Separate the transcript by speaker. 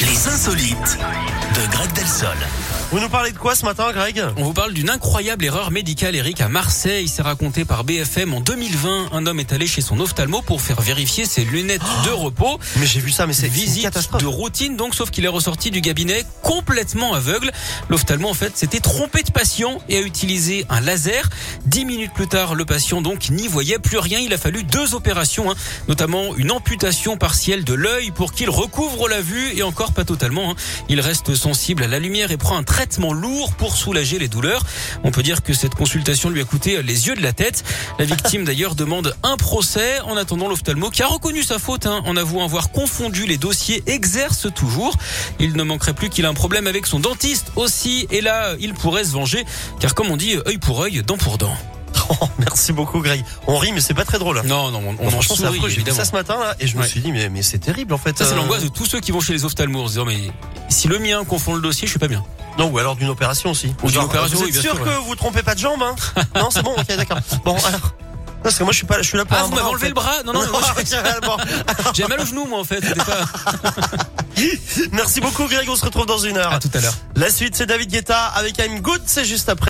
Speaker 1: Les insolites de Greg Delsol.
Speaker 2: Vous nous parlez de quoi ce matin, Greg
Speaker 3: On vous parle d'une incroyable erreur médicale, Eric, à Marseille. C'est raconté par BFM en 2020. Un homme est allé chez son ophtalmo pour faire vérifier ses lunettes de repos.
Speaker 2: Oh Mais j'ai vu ça, mais c'est c'est une
Speaker 3: Visite
Speaker 2: catastrophe.
Speaker 3: de routine, donc, sauf qu'il est ressorti du cabinet complètement aveugle. L'ophtalmo, en fait, s'était trompé de patient et a utilisé un laser. Dix minutes plus tard, le patient, donc, n'y voyait plus rien. Il a fallu deux opérations, hein, notamment une amputation partielle de l'œil pour qu'il recouvre la vue et encore pas totalement. hein. Il reste sensible à la lumière et prend un traitement lourd pour soulager les douleurs. On peut dire que cette consultation lui a coûté les yeux de la tête. La victime d'ailleurs demande un procès. En attendant, l'ophtalmo qui a reconnu sa faute hein, en avouant avoir confondu les dossiers exerce toujours. Il ne manquerait plus qu'il a un problème avec son dentiste aussi. Et là, il pourrait se venger. Car comme on dit, œil pour œil, dent pour dent.
Speaker 2: Oh, merci beaucoup, Greg. On rit, mais c'est pas très drôle.
Speaker 3: Non, non, on, on en
Speaker 2: Franchement, c'est
Speaker 3: sourit,
Speaker 2: affreux. J'ai vu
Speaker 3: évidemment.
Speaker 2: ça ce matin là, et je me
Speaker 3: Ouais.
Speaker 2: suis dit, mais, mais c'est terrible en fait.
Speaker 3: Ça, c'est
Speaker 2: euh,
Speaker 3: l'angoisse de tous ceux qui vont chez les ophtalmos en se disant, mais si le mien confond le dossier, je suis pas bien.
Speaker 2: Non, ou alors d'une opération aussi.
Speaker 3: Ou d'une opération,
Speaker 2: vous
Speaker 3: oui,
Speaker 2: êtes
Speaker 3: bien
Speaker 2: sûr
Speaker 3: sûr,
Speaker 2: que
Speaker 3: ouais.
Speaker 2: vous trompez pas de jambe, hein Non, c'est bon, ok, d'accord. Bon, alors. Non, Parce que moi, je suis pas, je suis là pour
Speaker 3: Ah,
Speaker 2: un
Speaker 3: vous
Speaker 2: bras,
Speaker 3: m'avez
Speaker 2: en
Speaker 3: enlevé
Speaker 2: fait.
Speaker 3: le bras Non, non, non,
Speaker 2: ok, bon.
Speaker 3: j'ai mal au genou, moi, en fait. C'était pas-
Speaker 2: Merci beaucoup, Greg. On se retrouve dans une heure.
Speaker 3: À tout à l'heure.
Speaker 2: La suite, c'est David Guetta avec I'm Good. C'est juste après.